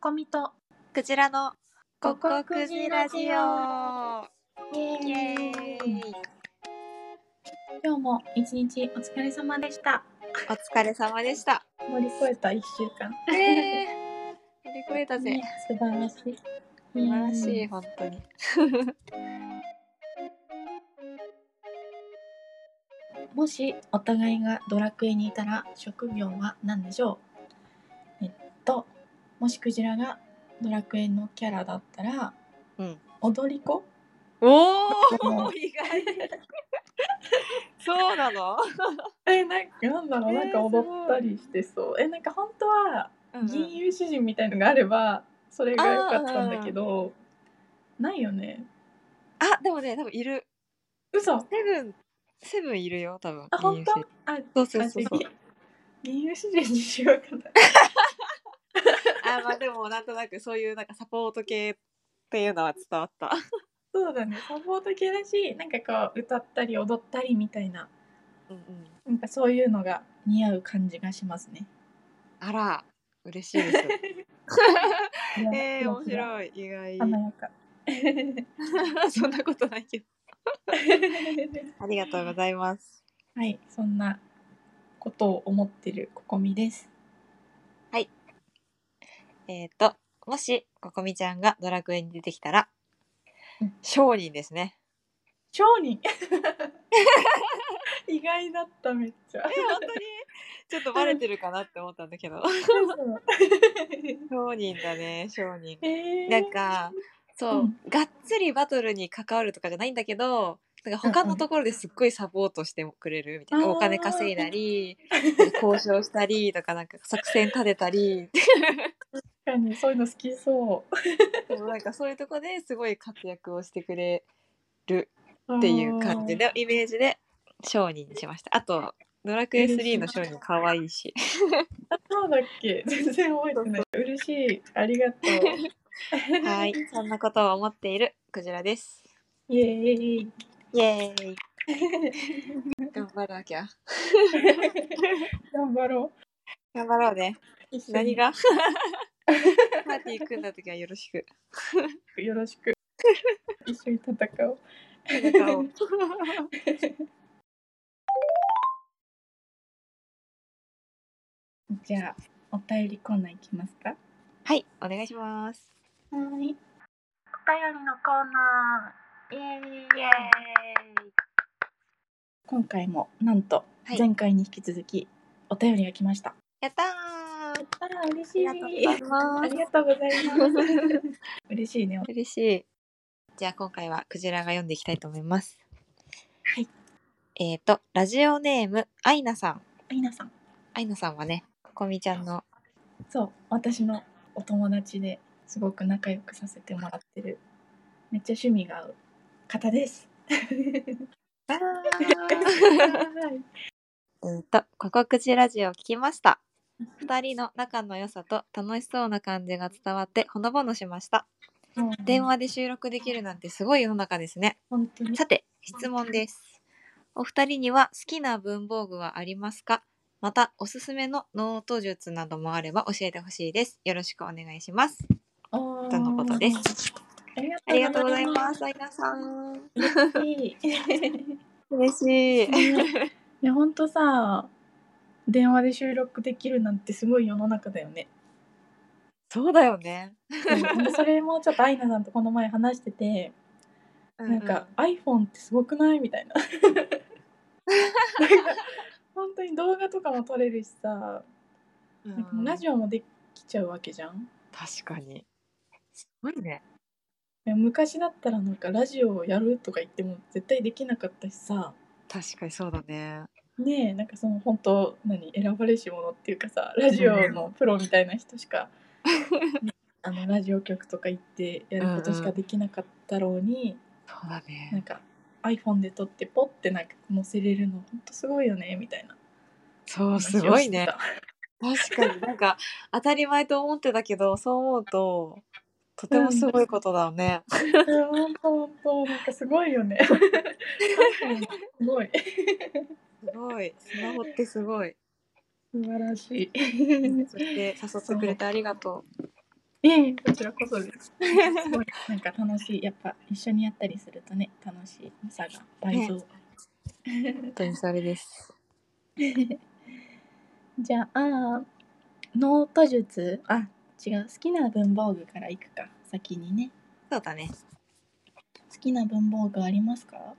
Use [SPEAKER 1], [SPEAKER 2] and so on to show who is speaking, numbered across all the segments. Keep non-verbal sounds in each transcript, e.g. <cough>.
[SPEAKER 1] こみと
[SPEAKER 2] クジラの
[SPEAKER 1] ここ
[SPEAKER 2] こ
[SPEAKER 1] ク
[SPEAKER 2] こク
[SPEAKER 1] ジ
[SPEAKER 2] ジ
[SPEAKER 1] ラ
[SPEAKER 2] ラ
[SPEAKER 1] ジ
[SPEAKER 2] ジ
[SPEAKER 1] オ
[SPEAKER 2] オ。
[SPEAKER 1] イエ
[SPEAKER 2] イエーイ
[SPEAKER 1] 今日も一日お疲れ様でした
[SPEAKER 2] お疲れ様でした。
[SPEAKER 1] 乗り越えた一週間
[SPEAKER 2] ええ乗り越えたぜ
[SPEAKER 1] ね。素晴らしい
[SPEAKER 2] 素晴らし
[SPEAKER 1] う
[SPEAKER 2] い
[SPEAKER 1] ん
[SPEAKER 2] 本当に。
[SPEAKER 1] もしお互いがドラクエにいたら職業は何でしょうえっともしクジラがドラクエのキャラだったら、
[SPEAKER 2] うん
[SPEAKER 1] 踊り <laughs> 子
[SPEAKER 2] お
[SPEAKER 1] も
[SPEAKER 2] お意外。そうなの？
[SPEAKER 1] えなんかなんだろう
[SPEAKER 2] え
[SPEAKER 1] な
[SPEAKER 2] ー
[SPEAKER 1] んか踊ったりしてそうえなんか本当は銀
[SPEAKER 2] 銀
[SPEAKER 1] 融詩人みたいのがあればそれが良かったんだけどないよね
[SPEAKER 2] あでもね多分いる。
[SPEAKER 1] 嘘
[SPEAKER 2] セブンセブンいるよ多分。
[SPEAKER 1] あ本当
[SPEAKER 2] 銀
[SPEAKER 1] あ
[SPEAKER 2] 融性そうそうそ
[SPEAKER 1] あ
[SPEAKER 2] う
[SPEAKER 1] じゃあ銀融詩人にしようかな <laughs>
[SPEAKER 2] あまあでもなんとなくそういうなんかサポート系っていうのは伝わった。
[SPEAKER 1] そうだねサポート系だしなんかこう歌ったり踊ったりみたいな
[SPEAKER 2] うんうん。
[SPEAKER 1] なんかそういうのが似合う感じがしますね。
[SPEAKER 2] あら嬉しいです。 <laughs> ええ面
[SPEAKER 1] いや。
[SPEAKER 2] 白い意外。
[SPEAKER 1] 華やか。
[SPEAKER 2] <laughs> そんなことないけど。ありがとうございます。
[SPEAKER 1] はい、そんなことを思ってるここみです。
[SPEAKER 2] えっ、と、もし、ここみちゃんがドラクエに出てきたら
[SPEAKER 1] うん、
[SPEAKER 2] 商人ですね。
[SPEAKER 1] 商人 <laughs> 意外だっためっちゃ。
[SPEAKER 2] え、本当 <laughs> にちょっとバレてるかなって思ったんだけど。 <laughs> 商人だね、商人。
[SPEAKER 1] えー
[SPEAKER 2] なんか、そう、
[SPEAKER 1] うん
[SPEAKER 2] がっつりバトルに関わるとかじゃないんだけど、なんか他のところですっごいサポートしてくれるみたいな、
[SPEAKER 1] うんうん
[SPEAKER 2] お金稼いだ <laughs> り、なんか交渉したりとか、なんか作戦立てたり、
[SPEAKER 1] 確かにそういうの好きそう。
[SPEAKER 2] そうなんかそういうとこですごい活躍をしてくれるっていう感じでイメージで商人にしましたあとドラクエ3の商人可愛いし
[SPEAKER 1] あー。そうだっけ <laughs> 全然覚えてない。嬉しい。あり
[SPEAKER 2] <laughs>
[SPEAKER 1] がとう。
[SPEAKER 2] はい。 <laughs> そんなことを思っているクジラです
[SPEAKER 1] イエ
[SPEAKER 2] <laughs>
[SPEAKER 1] ーイ。
[SPEAKER 2] イエーイ <laughs> 頑張らなきゃ
[SPEAKER 1] 頑張ろう。
[SPEAKER 2] 頑張ろうね
[SPEAKER 1] 一緒に
[SPEAKER 2] 何 <laughs> がパーティー組んだ時はよろしく
[SPEAKER 1] よろしく。 <laughs> 一緒に戦おう。
[SPEAKER 2] 戦おう
[SPEAKER 1] じゃあ、お便りコーナーいきますか。
[SPEAKER 2] <laughs> はいお願いします
[SPEAKER 1] はい。お便りのコーナー。イエーイ
[SPEAKER 2] イエ
[SPEAKER 1] 今回もなんと
[SPEAKER 2] はい
[SPEAKER 1] 前回に引き続きお便りが来ました。
[SPEAKER 2] やったー
[SPEAKER 1] ああ嬉し
[SPEAKER 2] ありがとうござい
[SPEAKER 1] あ
[SPEAKER 2] ます
[SPEAKER 1] りがとうござい
[SPEAKER 2] <laughs>
[SPEAKER 1] ます。嬉しいね。
[SPEAKER 2] 嬉しい。じゃあ今回はクジラが読んでいきたいと思います。
[SPEAKER 1] はい。
[SPEAKER 2] えっ、と、ラジオネーム、アイナさん。
[SPEAKER 1] みなさん、
[SPEAKER 2] アイナさんはね、ここみちゃんの、
[SPEAKER 1] そう私のお友達ですごく仲良くさせてもらってるめっちゃ趣味が合う方です。 <laughs> はい
[SPEAKER 2] えっと、ここクジラジオを聞きました。二人の仲の良さと楽しそうな感じが伝わってほのぼのしました。電話で収録できるなんてすごい世の中ですね。
[SPEAKER 1] 本当に
[SPEAKER 2] さて、質問です。お二人には好きな文房具はありますかまた、おすすめのノート術などもあれば教えてほしいです。よろしくお願いします。
[SPEAKER 1] と。
[SPEAKER 2] とのことで。す。ありがとうございますす、アイナさん。
[SPEAKER 1] いい
[SPEAKER 2] 嬉しい。
[SPEAKER 1] ねねほんとさ電話で収録できるなんてすごい世の中だよ
[SPEAKER 2] <laughs>
[SPEAKER 1] ね。
[SPEAKER 2] そうだよね。
[SPEAKER 1] うんそれもちょっとアイナさんとこの前話してて、なんか iPhone ってすごくないみたいな。なんか本当に動画とかも撮れるしさ、
[SPEAKER 2] うん、
[SPEAKER 1] なんかもうラジオもできちゃうわけじゃん。
[SPEAKER 2] 確かに。すごいね。
[SPEAKER 1] でも昔だったらなんかラジオをやるとか言っても絶対できなかったしさ。
[SPEAKER 2] 確かにそうだね。
[SPEAKER 1] ねえなんかその本当何選ばれし者っていうかさラジオのプロみたいな人しかあのラジオ局とか行ってやることしかできなかったろうに、
[SPEAKER 2] そうだ
[SPEAKER 1] な
[SPEAKER 2] ね
[SPEAKER 1] ん。か iPhone で撮ってポッてなんか載せれるの本当すごいよねみたいな
[SPEAKER 2] そう、
[SPEAKER 1] 話
[SPEAKER 2] す
[SPEAKER 1] をしてた。
[SPEAKER 2] ごいね。確かになんか当たり前と思ってたけど、そう思うと、とてもすごいことだよね。
[SPEAKER 1] うん。本当本当なんかすごいよね。iPhone すごい
[SPEAKER 2] <laughs> すごい。スマホってすごい。
[SPEAKER 1] 素晴らしい。
[SPEAKER 2] <laughs> そして誘ってくれてありがと
[SPEAKER 1] ええこちらこそです。すごいなんか楽しい。やっぱ一緒にやったりするとね、楽しいさが倍増。
[SPEAKER 2] 本当にそれです。
[SPEAKER 1] じゃあ、ノート術、あ、違う、好きな文房具からいくか、先にね。
[SPEAKER 2] そうだね。
[SPEAKER 1] 好きな文房具ありますか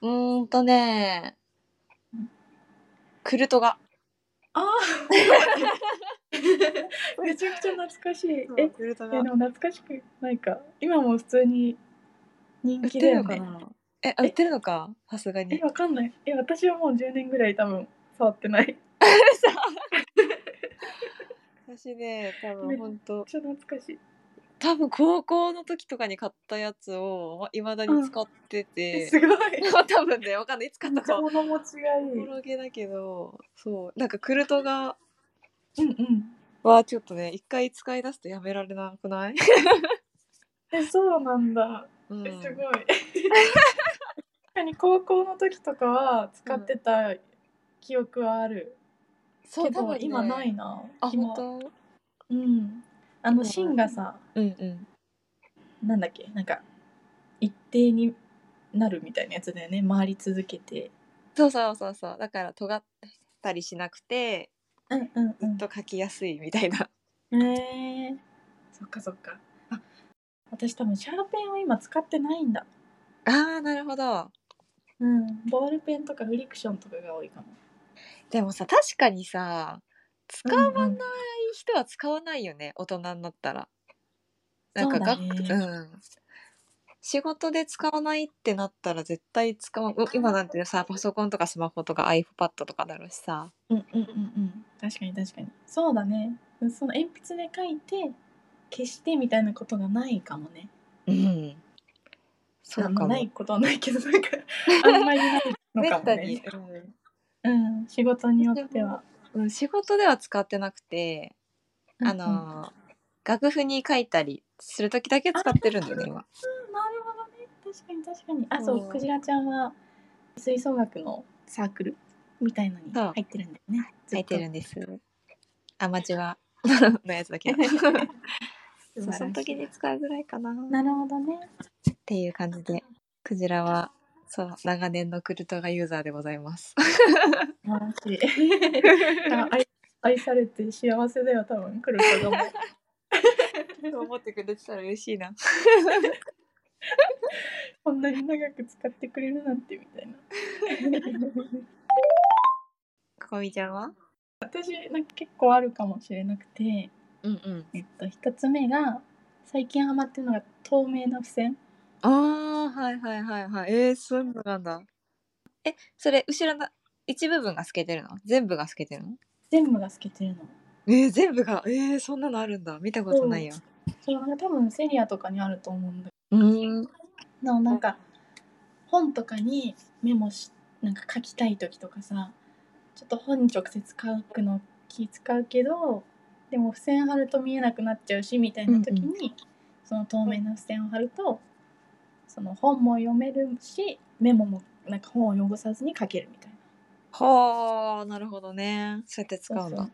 [SPEAKER 2] うーんとね
[SPEAKER 1] うん、
[SPEAKER 2] クルトガ。
[SPEAKER 1] ああ <laughs> めちゃくちゃ懐かしい。
[SPEAKER 2] <laughs>
[SPEAKER 1] え、い
[SPEAKER 2] クルト
[SPEAKER 1] やでも懐かしくないか。今も普通に人
[SPEAKER 2] 売っ
[SPEAKER 1] 気
[SPEAKER 2] て
[SPEAKER 1] だ
[SPEAKER 2] る
[SPEAKER 1] よ
[SPEAKER 2] の
[SPEAKER 1] ね。
[SPEAKER 2] かなえ、あ売ってるのかさすが
[SPEAKER 1] え、
[SPEAKER 2] に。
[SPEAKER 1] わかんない。え、私はもう10年ぐらい多分触ってない。
[SPEAKER 2] 私ね、多
[SPEAKER 1] め
[SPEAKER 2] 分本当
[SPEAKER 1] めっちゃ懐かしい。
[SPEAKER 2] 多分高校の時とかに買ったやつをいまだに使ってて、
[SPEAKER 1] すごい。
[SPEAKER 2] <laughs> 多分ねわかんないいつ買ったかは
[SPEAKER 1] 物持ちがいい。
[SPEAKER 2] おぼろげだけどそうなんかクルトガ
[SPEAKER 1] うんうん。
[SPEAKER 2] はちょっとね一回使い出すとやめられな
[SPEAKER 1] <laughs>
[SPEAKER 2] くない、
[SPEAKER 1] え、そうなんだ。
[SPEAKER 2] うん、
[SPEAKER 1] えすごい。確かに高校の時とかは使ってた記憶はある。
[SPEAKER 2] そう
[SPEAKER 1] けど
[SPEAKER 2] 多分ね
[SPEAKER 1] 今ないな。
[SPEAKER 2] あ
[SPEAKER 1] 今
[SPEAKER 2] 本
[SPEAKER 1] うん。あ
[SPEAKER 2] う
[SPEAKER 1] の
[SPEAKER 2] ん
[SPEAKER 1] 芯がさ、
[SPEAKER 2] 当うんうん
[SPEAKER 1] なんだっけ、なんか一定になるみたいなやつだよね。回り続けて。
[SPEAKER 2] そうそうそうそうだから尖ったりしなくて
[SPEAKER 1] うんうん
[SPEAKER 2] ずっと書きやすいみたいな、
[SPEAKER 1] うん。へえー。そっかそっか。あ、私多分シャーペンを今使ってないんだ。
[SPEAKER 2] あーなるほど
[SPEAKER 1] うん。ボールペンとかフリクションとかが多いかも。
[SPEAKER 2] でもさ確かにさ使わない
[SPEAKER 1] うんうん
[SPEAKER 2] 人は使わないよね、大人になったらなんかが
[SPEAKER 1] そうだね
[SPEAKER 2] うん、仕事で使わないってなったら絶対使わんう今なんてさパソコンとかスマホとか iPad とかだろうしさ
[SPEAKER 1] うんうんうんうん確かに確かにそうだねその鉛筆で書いて消してみたいなことがないかもね
[SPEAKER 2] うんそう
[SPEAKER 1] あ
[SPEAKER 2] か
[SPEAKER 1] んま
[SPEAKER 2] も
[SPEAKER 1] ないことはないけどなんかあんまりないの <laughs>
[SPEAKER 2] め
[SPEAKER 1] か
[SPEAKER 2] っ
[SPEAKER 1] も
[SPEAKER 2] たに
[SPEAKER 1] ね、うん、仕事によっては
[SPEAKER 2] うんうん、仕事では使ってなくてあの、
[SPEAKER 1] うんうん
[SPEAKER 2] 楽譜に書いたりする時だけ使ってるんだよね今
[SPEAKER 1] なるほどね確かに確かにあそう
[SPEAKER 2] そう
[SPEAKER 1] クジラちゃんは吹奏楽のサークルみたいのに
[SPEAKER 2] そう
[SPEAKER 1] 入ってるんだよねず
[SPEAKER 2] 書
[SPEAKER 1] っ
[SPEAKER 2] い
[SPEAKER 1] と
[SPEAKER 2] てるんですアマチュ <laughs> アのやつだけど <laughs>
[SPEAKER 1] 素晴らしい
[SPEAKER 2] その時に使いづらいかなっ
[SPEAKER 1] なるほどね
[SPEAKER 2] <laughs> ていう感じでクジラはそう長年のクルトガユーザーでございます。
[SPEAKER 1] 素晴らしい <laughs> あ愛愛されて幸せだよ多分来る子供 <laughs>
[SPEAKER 2] 思ってくれてたら嬉しいな。
[SPEAKER 1] こんなに長く使ってくれるなんてみたいな。
[SPEAKER 2] かこみちゃんは？
[SPEAKER 1] <laughs> 私なんか結構あるかもしれなくて、
[SPEAKER 2] うんうん。
[SPEAKER 1] えっと、一つ目が最近ハマってるのが透明な付箋
[SPEAKER 2] ああはいはいはいはい。えー、そういうのなんだ。えそれ後ろの一部分が透けてるの？全部が透けてるの？
[SPEAKER 1] 全部が透けてるの
[SPEAKER 2] えー、全部がえー、そんなのあるんだ。見たことないよ。
[SPEAKER 1] それが多分セリアとかにあると思うんだ
[SPEAKER 2] うーん。
[SPEAKER 1] けどなんか本とかにメモしなんか書きたい時とかさちょっと本に直接書くの気使うけどでも付箋貼ると見えなくなっちゃうしみたいな時に、
[SPEAKER 2] う
[SPEAKER 1] その透明な付箋を貼るとその本も読めるしメモもなんか本を汚さずに書けるみたいな
[SPEAKER 2] はあなるほどね。そうやって使うんだ。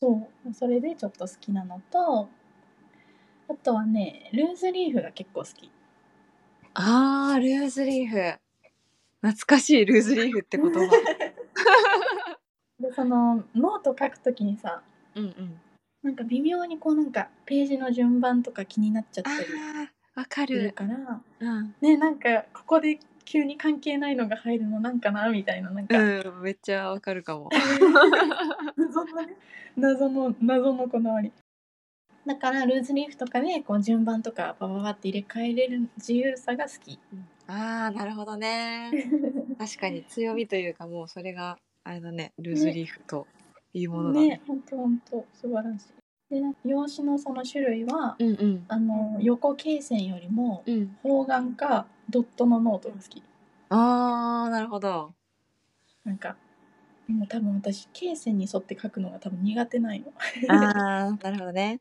[SPEAKER 1] そうそうそれでちょっと好きなのとあとはねルーズリーフが結構好き
[SPEAKER 2] あールーズリーフ。懐かしいルーズリーフって言葉。
[SPEAKER 1] でそのノート書く時にさ
[SPEAKER 2] <laughs> うんうん。
[SPEAKER 1] なんか微妙にこうなんかページの順番とか気になっちゃっ
[SPEAKER 2] あ
[SPEAKER 1] たり
[SPEAKER 2] あわか
[SPEAKER 1] する
[SPEAKER 2] る。
[SPEAKER 1] から
[SPEAKER 2] うん。
[SPEAKER 1] ねなんかここで急に関係ないのが入るのなんかなみたいななんか、
[SPEAKER 2] うんめっちゃわかるかも。
[SPEAKER 1] <laughs> 謎のね謎の謎のこだわりだからルーズリーフとかでこう順番とかバババって入れ替えれる自由さが好き
[SPEAKER 2] ああなるほどね。確かに強みというかもうそれがあれだねルーズリーフというものだね。
[SPEAKER 1] ねほんとほんと素晴らしいでなんか用紙のその種類は、
[SPEAKER 2] うんうん
[SPEAKER 1] あの横罫線よりも
[SPEAKER 2] うん。
[SPEAKER 1] 方眼かドットのノートが好き
[SPEAKER 2] ああなるほど。
[SPEAKER 1] なんかもう多分私罫線に沿って書くのが多分苦手ないの
[SPEAKER 2] ああ <laughs> なるほどね。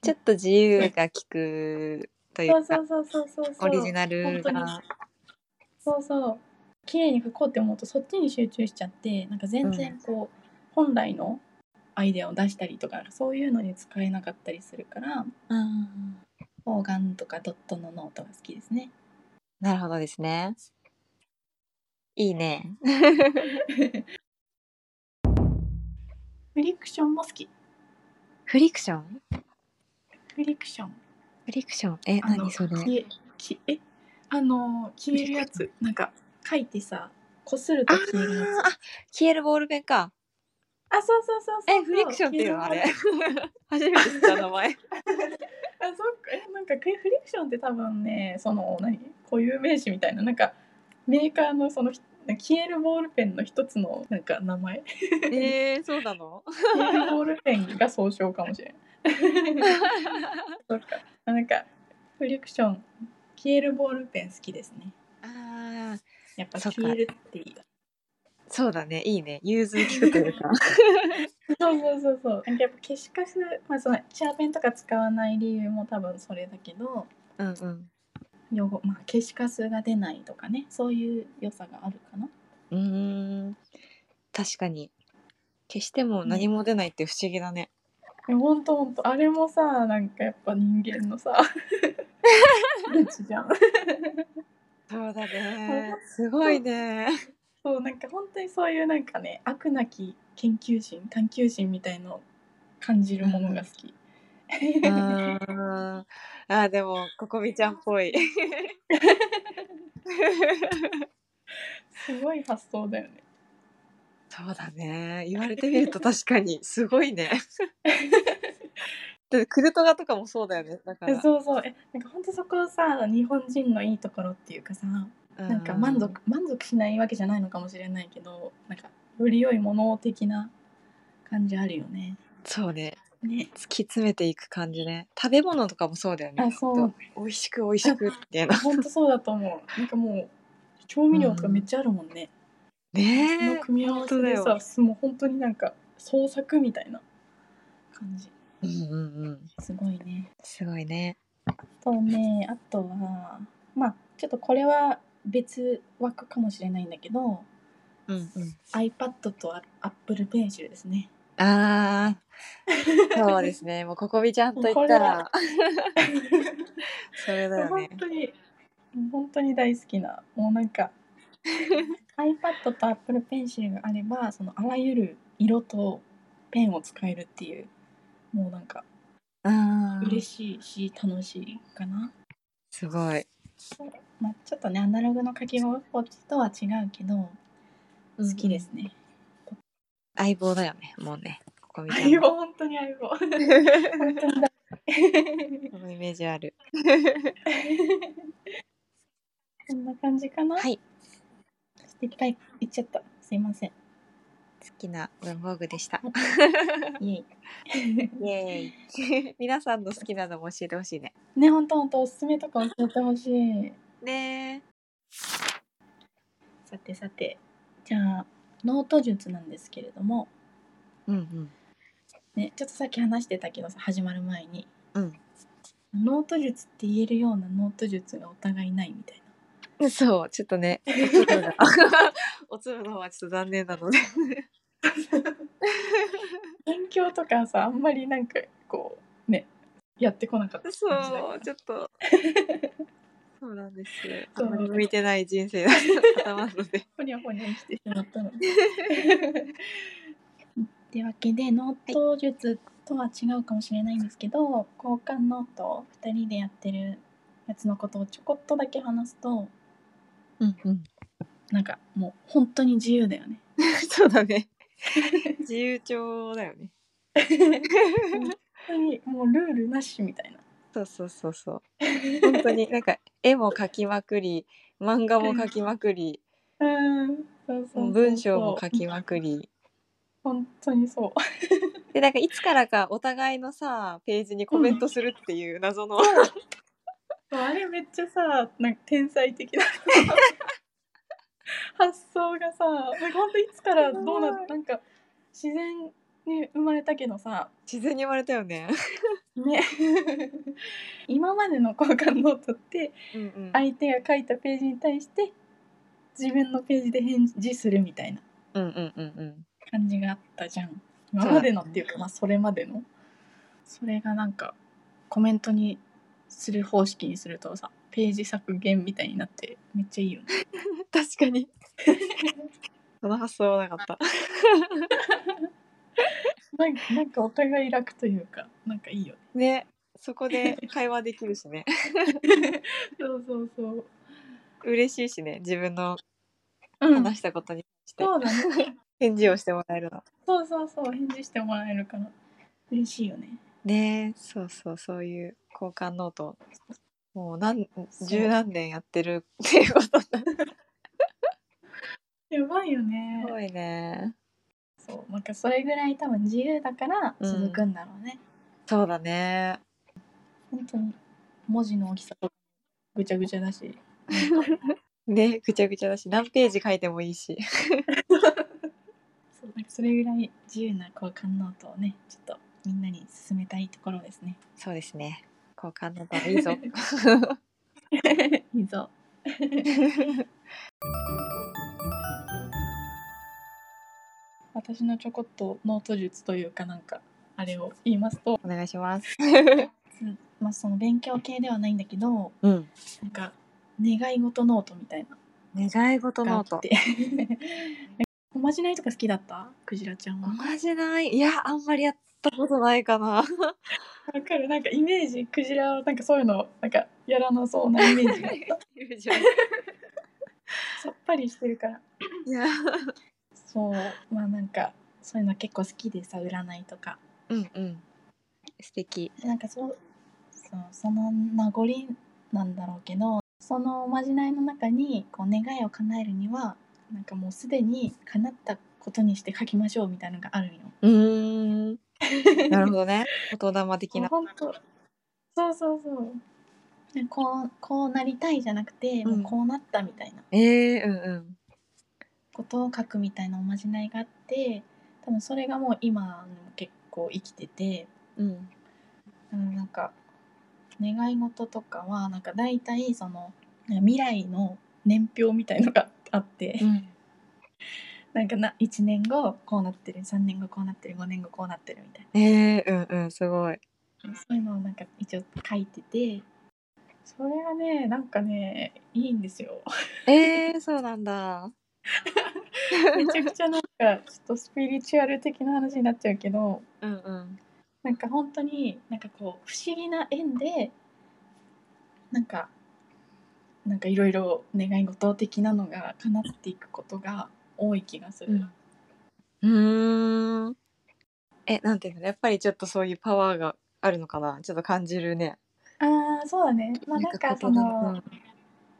[SPEAKER 2] ちょっと自由が利くとい
[SPEAKER 1] そううそ
[SPEAKER 2] か
[SPEAKER 1] うそうそうそうそ
[SPEAKER 2] オ
[SPEAKER 1] う
[SPEAKER 2] リジナル
[SPEAKER 1] 本
[SPEAKER 2] が。
[SPEAKER 1] そうそう綺麗に書こうって思うとそっちに集中しちゃってなんか全然こう、本来のアイデアを出したりとかそういうのに使えなかったりするから
[SPEAKER 2] うん
[SPEAKER 1] 方眼とかドットのノートが好きですね。
[SPEAKER 2] なるほどですね。いいね。
[SPEAKER 1] フリクションも好き。
[SPEAKER 2] フリクション
[SPEAKER 1] フリクション。
[SPEAKER 2] フリクションえ、
[SPEAKER 1] あの
[SPEAKER 2] 何それ
[SPEAKER 1] 消え消ええあの消えるやつなんか書いてさこすると消えるやつ。
[SPEAKER 2] あ消えるボールペンか。
[SPEAKER 1] あそうそうそうそうそう。
[SPEAKER 2] え、フリクションっていうのあれ <laughs>
[SPEAKER 1] 消える
[SPEAKER 2] 初めて知った名前。
[SPEAKER 1] あそっかえなんかフリクションって多分ねその何固有名詞みたいななんかメーカーのそのひ消えるボールペンの一つのなんか名前
[SPEAKER 2] <laughs> え <laughs> ー、そうなの
[SPEAKER 1] 消えるボールペンが総称かもしれ
[SPEAKER 2] <laughs>
[SPEAKER 1] んそっかあなんかフリクション消えるボールペン好きですね
[SPEAKER 2] あー
[SPEAKER 1] やっぱ
[SPEAKER 2] そっか
[SPEAKER 1] 消えるっていい
[SPEAKER 2] そうだね、いいね。融通聞くというか。
[SPEAKER 1] そうそうそうそうなんかやっぱ消しカス、まあ、そのシャーペンとか使わない理由も多分それだけど
[SPEAKER 2] <laughs> うんうん。
[SPEAKER 1] 汚、まあ、消しカスが出ないとかねそういう良さがあるかな
[SPEAKER 2] うーん確かに消しても何も出ないって不思議だね、
[SPEAKER 1] いやほんとほんとあれもさなんかやっぱ人間
[SPEAKER 2] <laughs>
[SPEAKER 1] のさ無知じゃん <laughs>
[SPEAKER 2] そうだ
[SPEAKER 1] ね
[SPEAKER 2] <laughs> すごい <laughs> ね
[SPEAKER 1] そうなんか本当にそういうなんかね悪なき研究心探求心みたいのを感じるものが好き、
[SPEAKER 2] あーあーでもここみちゃんっぽい
[SPEAKER 1] すごい発想だよね
[SPEAKER 2] そうだね言われてみると確かにすごい
[SPEAKER 1] <laughs>
[SPEAKER 2] ねだってクルトガとかもそうだよねだから
[SPEAKER 1] そうそうえなんか本当そこさ日本人のいいところっていうかさなんか満足満足しないわけじゃないのかもしれないけどなんかより良いもの的な感じあるよね
[SPEAKER 2] そうね <laughs>
[SPEAKER 1] ね
[SPEAKER 2] 突き詰めていく感じね食べ物とかもそうだよね
[SPEAKER 1] あそう
[SPEAKER 2] 美味しく美味しくっ
[SPEAKER 1] <laughs>
[SPEAKER 2] ていうの
[SPEAKER 1] 本当そうだと思うなんかもう調味料とかめっちゃあるもんね、
[SPEAKER 2] ねえ
[SPEAKER 1] の組み合わせ
[SPEAKER 2] 本当だ
[SPEAKER 1] で
[SPEAKER 2] よ
[SPEAKER 1] さすもう本当になんか創作みたいな感じ
[SPEAKER 2] うんうんうん
[SPEAKER 1] すごいね
[SPEAKER 2] すごいね
[SPEAKER 1] とねあとはまあちょっとこれは別枠かもしれないんだけど
[SPEAKER 2] うんうん
[SPEAKER 1] iPad と Apple Pencil ですね
[SPEAKER 2] ああ、そうですね。もうココビちゃんと言っ
[SPEAKER 1] こ
[SPEAKER 2] た
[SPEAKER 1] れ
[SPEAKER 2] ら
[SPEAKER 1] は、
[SPEAKER 2] <laughs> それだよ
[SPEAKER 1] 本 <laughs>
[SPEAKER 2] ね。
[SPEAKER 1] 当に本当に大好きなもうなん <laughs> か iPad と Apple Pencil があればそのあらゆる色とペンを使えるっていうもうなんか
[SPEAKER 2] ああ、
[SPEAKER 1] 嬉しいし楽しいかな、
[SPEAKER 2] すごい。
[SPEAKER 1] まあ、ちょっとねアナログの書き心地とは違うけど好きですね、
[SPEAKER 2] うん。相棒だよね、もうね。ココビちゃん
[SPEAKER 1] 相
[SPEAKER 2] の。
[SPEAKER 1] 棒 <laughs> 本当に相棒本当に <laughs> 大好き
[SPEAKER 2] そのイメージある。
[SPEAKER 1] そんな感じかな
[SPEAKER 2] はい。
[SPEAKER 1] いっぱいいっちゃったすいません
[SPEAKER 2] 好きな文房具でした。
[SPEAKER 1] イエイ
[SPEAKER 2] イエーイ。 <laughs> 皆さんの好きなのも教えてほしいね。
[SPEAKER 1] <laughs> ね本当本当おすすめとか教えてほしい
[SPEAKER 2] ね
[SPEAKER 1] さてさてじゃあノート術なんですけれども
[SPEAKER 2] え。うん
[SPEAKER 1] ねちょっとさっき話してたけどさ始まる前に
[SPEAKER 2] うん。
[SPEAKER 1] ノート術って言えるようなノート術がお互いないみたいな
[SPEAKER 2] うん。そう、ちょっとね、 <laughs> おつぶの方はちょっと残念なので。
[SPEAKER 1] 勉強とかさあんまりなんかこうねやってこなかった感
[SPEAKER 2] <laughs>
[SPEAKER 1] じだ
[SPEAKER 2] そう、ちょっと。そうなんですよ。あ
[SPEAKER 1] そう
[SPEAKER 2] まり向いてない人生だったなので。
[SPEAKER 1] ほにゃほにゃにしてしまったので。ってわけ <laughs> でノート術とは違うかもしれないんですけど、交換ノートを2人でやってるやつのことをちょこっとだけ話すと
[SPEAKER 2] うんうん。
[SPEAKER 1] なんかもう本当に自由だよね。
[SPEAKER 2] そうだ <laughs> ね。自由帳だよね。
[SPEAKER 1] 本当にもうルールなしみたいな。
[SPEAKER 2] そうそうそうそう。本当になんか絵も描きまくり、漫画も描きまくり、
[SPEAKER 1] うんそうそうそうそう
[SPEAKER 2] 文章も書きまくり。
[SPEAKER 1] 本当にそう。
[SPEAKER 2] で、なんかいつからかお互いのさ、ページにコメントするっていう謎の。
[SPEAKER 1] そうあれめっちゃさなんか天才的
[SPEAKER 2] <laughs>
[SPEAKER 1] な発想がさなんかほんといつからどうな
[SPEAKER 2] すごい
[SPEAKER 1] なんか自然に生まれたけどさ
[SPEAKER 2] 自然に言われたよね。
[SPEAKER 1] ね <laughs> 今までの交換ノートって
[SPEAKER 2] うんうん
[SPEAKER 1] 相手が書いたページに対して自分のページで返事するみたいな
[SPEAKER 2] うんうんうんうん。
[SPEAKER 1] 感じがあったじゃん。今までのっていうか、まあ、それまでのそれがなんかコメントにする方式にするとさページ削減みたいになってめっちゃいいよね。
[SPEAKER 2] 確かに <laughs> その発想はなかった
[SPEAKER 1] なん <laughs> かなんかお互い楽というかなんかいいよね。
[SPEAKER 2] ねそこで会話できるしね
[SPEAKER 1] そうそうそう。
[SPEAKER 2] 嬉しいしね自分の
[SPEAKER 1] うん、
[SPEAKER 2] 話したことにして
[SPEAKER 1] そうだね。 <laughs>
[SPEAKER 2] 返事をしてもらえるの
[SPEAKER 1] そうそうそう返事してもらえるから嬉しいよね。
[SPEAKER 2] ねそうそうそういう交換ノートもう何
[SPEAKER 1] そう
[SPEAKER 2] 十何年やってるっていうことだす
[SPEAKER 1] やばいよね。
[SPEAKER 2] ごいね
[SPEAKER 1] そうなんかそれぐらい多分自由だから
[SPEAKER 2] うん
[SPEAKER 1] 続くんだろうね。
[SPEAKER 2] そうだね
[SPEAKER 1] 本当に文字の大きさとかぐちゃぐちゃだし。
[SPEAKER 2] ねぐちゃぐちゃだし何ページ書いてもいいし
[SPEAKER 1] そうなんかそれぐらい自由な交換ノートをねちょっとみんなに勧めたいところですね。
[SPEAKER 2] そうですね交換ノートいいぞ
[SPEAKER 1] <laughs> いいぞ。私のちょこっとノート術というかなんかあれを言いますと、
[SPEAKER 2] <laughs> お願いします
[SPEAKER 1] うんまあ、その勉強系ではないんだけど
[SPEAKER 2] うん
[SPEAKER 1] なんか願い事ノートみたいな
[SPEAKER 2] 願い事
[SPEAKER 1] のがあ
[SPEAKER 2] ノー
[SPEAKER 1] っ
[SPEAKER 2] ト
[SPEAKER 1] て <laughs> おまじないとか好きだったクジラちゃんは。
[SPEAKER 2] マジないいやあんまりやったことないか <laughs> な
[SPEAKER 1] わかるなんかイメージクジラはなんかそういうのなんかやらなそうなイメージが <laughs> さっぱりしてるから
[SPEAKER 2] いや
[SPEAKER 1] そうまあなんかそういうの結構好きでさ占いとか
[SPEAKER 2] うんうん素敵
[SPEAKER 1] なんかそうそうその名残なんだろうけどそのおまじないの中にこう願いを叶えるにはなんかもうすでに叶ったことにして書きましょうみたいなのがあるんよ。
[SPEAKER 2] うーんなるほどね <laughs> 大人的な
[SPEAKER 1] もう本当そうそうそうでこうこうなりたいじゃなくて、
[SPEAKER 2] うん
[SPEAKER 1] もうこうなったみたいな
[SPEAKER 2] ええうんうん
[SPEAKER 1] ことを書くみたいなおまじないがあって多分それがもう今も結構生きてて。
[SPEAKER 2] うん
[SPEAKER 1] うん、なんか願い事とかはなんか大体そのなんか未来の年表みたいのがあって、
[SPEAKER 2] うん
[SPEAKER 1] なんかな1年後こうなってる3年後こうなってる5年後こうなってるみたい
[SPEAKER 2] ええうんうんすごい
[SPEAKER 1] なそういうのをなんか一応書いててそれがねなんかねいいんですよ
[SPEAKER 2] ええそうなんだ
[SPEAKER 1] めちゃくちゃなんかちょっとスピリチュアル的な話になっちゃうけど
[SPEAKER 2] うんうん
[SPEAKER 1] なんか本当になんかこう不思議な縁でなんかなんかいろいろ願い事的なのが叶っていくことが多い気がする、
[SPEAKER 2] うーんえなんていうのやっぱりちょっとそういうパワーがあるのかなちょっと感じるね
[SPEAKER 1] ああそうだねまあなんかそ
[SPEAKER 2] うん
[SPEAKER 1] の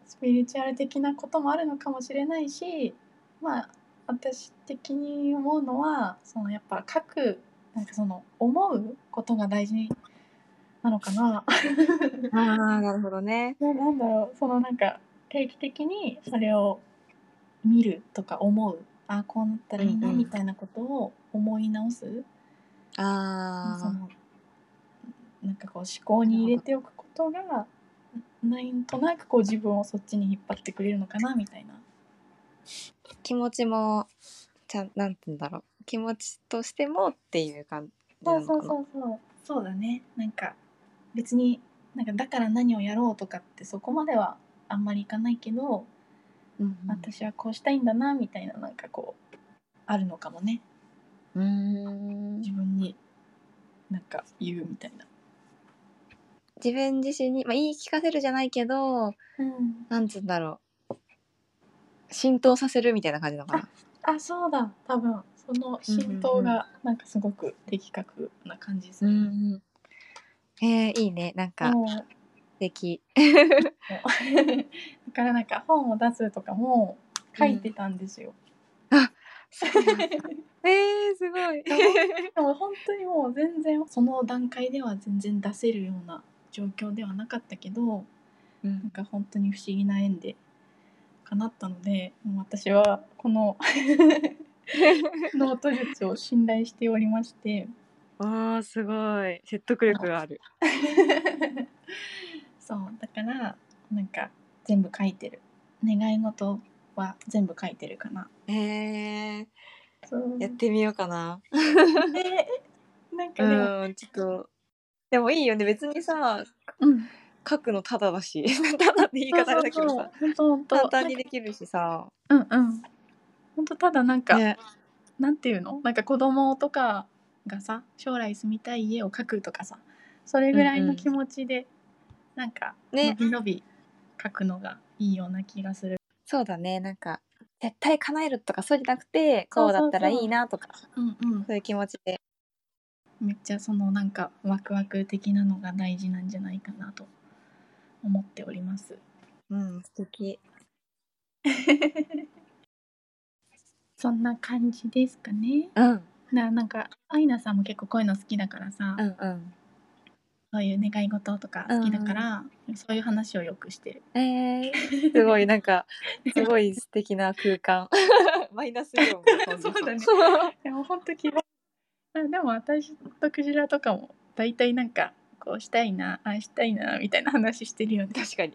[SPEAKER 1] スピリチュアル的なこともあるのかもしれないしまあ私的に思うのはそのやっぱ書くなんかその思うことが大事なのかな
[SPEAKER 2] ああなるほどね
[SPEAKER 1] ななんだろうそのなんか定期的にそれを見るとか思うあこうなったらいいな
[SPEAKER 2] うんうん
[SPEAKER 1] みたいなことを思い直す、
[SPEAKER 2] あ
[SPEAKER 1] そ
[SPEAKER 2] あ
[SPEAKER 1] のなんかこう思考に入れておくことがなんとなくこう自分をそっちに引っ張ってくれるのかなみたいな。
[SPEAKER 2] 気持ちもちゃんなんて言うんだろう気持ちとしてもっていう感じ
[SPEAKER 1] そ
[SPEAKER 2] な
[SPEAKER 1] う
[SPEAKER 2] の
[SPEAKER 1] そう
[SPEAKER 2] かな
[SPEAKER 1] そうそうそうだねなんか別になんかだから何をやろうとかってそこまではあんまりいかないけど、
[SPEAKER 2] うんうん
[SPEAKER 1] 私はこうしたいんだなみたいななんかこうあるのかもね。
[SPEAKER 2] うーん
[SPEAKER 1] 自分になんか言うみたいな。
[SPEAKER 2] 自分自身に、まあ、言い聞かせるじゃないけど
[SPEAKER 1] うん、
[SPEAKER 2] なんつうんだろう浸透させるみたいな感じなのかな
[SPEAKER 1] あそうだ多分その浸透がなんかすごく的確な感じす
[SPEAKER 2] う
[SPEAKER 1] る。
[SPEAKER 2] んうんえー、いいねなんか素
[SPEAKER 1] もう <laughs> だ <laughs>
[SPEAKER 2] 敵
[SPEAKER 1] からなんか本を出すとかも書いてたんですよ。 <laughs>
[SPEAKER 2] えー、すごい <laughs>
[SPEAKER 1] でも本当にもう全然その段階では全然出せるような状況ではなかったけど
[SPEAKER 2] う
[SPEAKER 1] なん
[SPEAKER 2] ん
[SPEAKER 1] か本当に不思議な縁で叶ったのでもう私はこ <laughs> のノート術を信頼しておりまして。
[SPEAKER 2] わあすごい説得力がある
[SPEAKER 1] <laughs> そうだからなんか全部書いてる願い事は全部書いてるかな
[SPEAKER 2] えー、
[SPEAKER 1] そう
[SPEAKER 2] やってみようかな。
[SPEAKER 1] ね <laughs> なんかね、
[SPEAKER 2] うん、ちょっと。でもいいよね。別にさ、
[SPEAKER 1] うん
[SPEAKER 2] 書くのただだし、 <laughs> ただって言い方あれだけどさ、
[SPEAKER 1] そうそうそう本当
[SPEAKER 2] 簡
[SPEAKER 1] 本当
[SPEAKER 2] 単にできるしさ。
[SPEAKER 1] なんかうんうん本当ただなんか、
[SPEAKER 2] ね、
[SPEAKER 1] なんていうのなんか子供とかがさ将来住みたい家を描くとかさそれぐらいの気持ちで、なんか
[SPEAKER 2] ね
[SPEAKER 1] のびのび描くのがいいような気がする、
[SPEAKER 2] そうだね。なんか、絶対叶えるとかそうじゃなくて、
[SPEAKER 1] そ
[SPEAKER 2] こ
[SPEAKER 1] う
[SPEAKER 2] う
[SPEAKER 1] そうそう
[SPEAKER 2] だったらいいなとか、
[SPEAKER 1] うんうん、
[SPEAKER 2] そういう気持ちで。
[SPEAKER 1] めっちゃそのなんかワクワク的なのが大事なんじゃないかなと思っており
[SPEAKER 2] <laughs>
[SPEAKER 1] ます。
[SPEAKER 2] うん、素敵。
[SPEAKER 1] そんな感じですかね。
[SPEAKER 2] うん、うん
[SPEAKER 1] ななんかアイナさんも結構こういうの好きだからさ、
[SPEAKER 2] うん。
[SPEAKER 1] そういう願い事とか好きだから、そういう話をよくしてる。
[SPEAKER 2] えー、すごいなん <laughs> か、すごい素敵な空間。 <laughs> マイナスイオンが飛んでき
[SPEAKER 1] そう <laughs> でも本当希望あでも私とクジラとかも大体なんかこうしたいなああしたいなみたいな話してるよね
[SPEAKER 2] 確 <laughs> かに。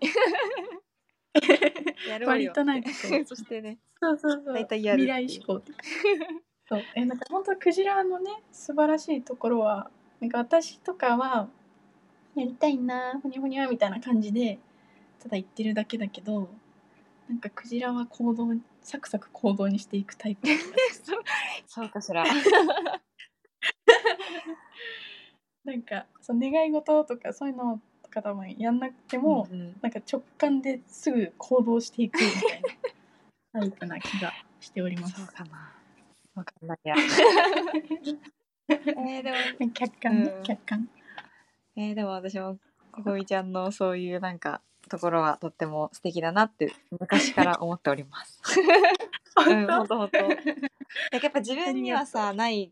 [SPEAKER 2] やろうよ
[SPEAKER 1] 割となんかこう
[SPEAKER 2] <laughs> そしてね。
[SPEAKER 1] そうそうそう
[SPEAKER 2] 大体やるっ
[SPEAKER 1] 未
[SPEAKER 2] ていう
[SPEAKER 1] 来志向ってそうえなんか本当クジラのね素晴らしいところはなんか私とかはやりたいなふにゃふにゃみたいな感じでただ言ってるだけだけどなんかクジラは行動にサクサク行動にしていくタイプ <laughs> だから
[SPEAKER 2] そうかしら。
[SPEAKER 1] なんかその願い事とかそういうのとか多分やんなくても、
[SPEAKER 2] うんうん
[SPEAKER 1] なんか直感ですぐ行動していくみたいなタイプな気がしております
[SPEAKER 2] そう。かな。わかんないや。 <laughs> えー、でも、
[SPEAKER 1] 客観ね、
[SPEAKER 2] うん
[SPEAKER 1] 客観。
[SPEAKER 2] えー、でも私も、ここみちゃんのそういうなんか、ところはとっても素敵だなって昔から思っております。 <laughs> うん、ほんとほんと。なんかやっぱ自分にはさ、ない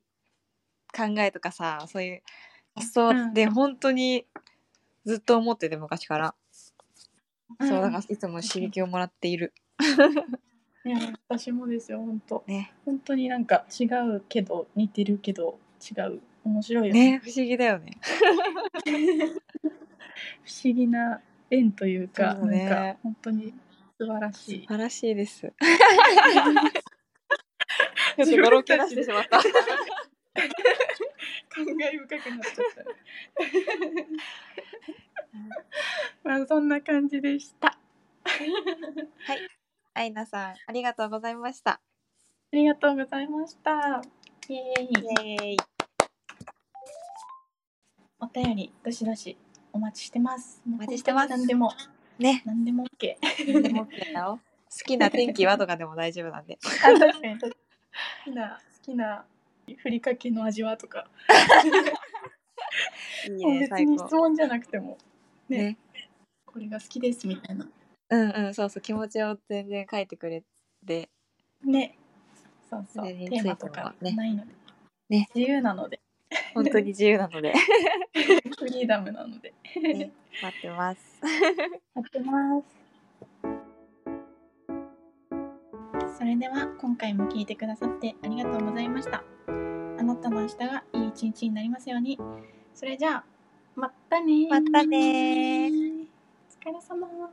[SPEAKER 2] 考えとかさ、そういう発想で本当にずっと思ってて昔から。
[SPEAKER 1] ん
[SPEAKER 2] そう、だからいつも刺激をもらっている。
[SPEAKER 1] いや私もですよ本当
[SPEAKER 2] ね。
[SPEAKER 1] 本当になんか違うけど似てるけど違う面白いよね
[SPEAKER 2] ね、不思議だよね。
[SPEAKER 1] 不思議な縁というか
[SPEAKER 2] そうね
[SPEAKER 1] なんか本当に素晴らし
[SPEAKER 2] 素 <laughs>
[SPEAKER 1] い。
[SPEAKER 2] 晴らしいです。ちょっとボロけ出してしまった。
[SPEAKER 1] <laughs> 感慨深くなっちゃったね。
[SPEAKER 2] <laughs>
[SPEAKER 1] まあそんな感じでした。あ
[SPEAKER 2] アイナさん、ありがとうございました。
[SPEAKER 1] りがとうございました。イエーイ。
[SPEAKER 2] イエーイ。
[SPEAKER 1] お便りどしどしお待ちしてます。お
[SPEAKER 2] 待ちしてます
[SPEAKER 1] 何でも
[SPEAKER 2] ね。
[SPEAKER 1] 何でも OK。
[SPEAKER 2] でも OK だよ好きな天気はとかでも大丈夫なんで。
[SPEAKER 1] あ確かに好きな好きなふりかけの味はとか。
[SPEAKER 2] いい
[SPEAKER 1] もう
[SPEAKER 2] ね、
[SPEAKER 1] 別
[SPEAKER 2] 最
[SPEAKER 1] に質
[SPEAKER 2] 高。
[SPEAKER 1] 問じゃなくてもね
[SPEAKER 2] ね。
[SPEAKER 1] これが好きですみたいな。
[SPEAKER 2] うんうん、そうそう、気持ちを全然書いてくれて。
[SPEAKER 1] ね。そうそう。
[SPEAKER 2] それに
[SPEAKER 1] テーマとか
[SPEAKER 2] ついてもね
[SPEAKER 1] ないので。
[SPEAKER 2] ね
[SPEAKER 1] 自由なので。
[SPEAKER 2] 本当に自由なので。
[SPEAKER 1] フリーダムなので。
[SPEAKER 2] ね待ってます。
[SPEAKER 1] やってます。それでは今回も聞いてくださってありがとうございました。あなたの明日がいい一日になりますように。それじゃあ、またねー
[SPEAKER 2] またね
[SPEAKER 1] お疲れ様。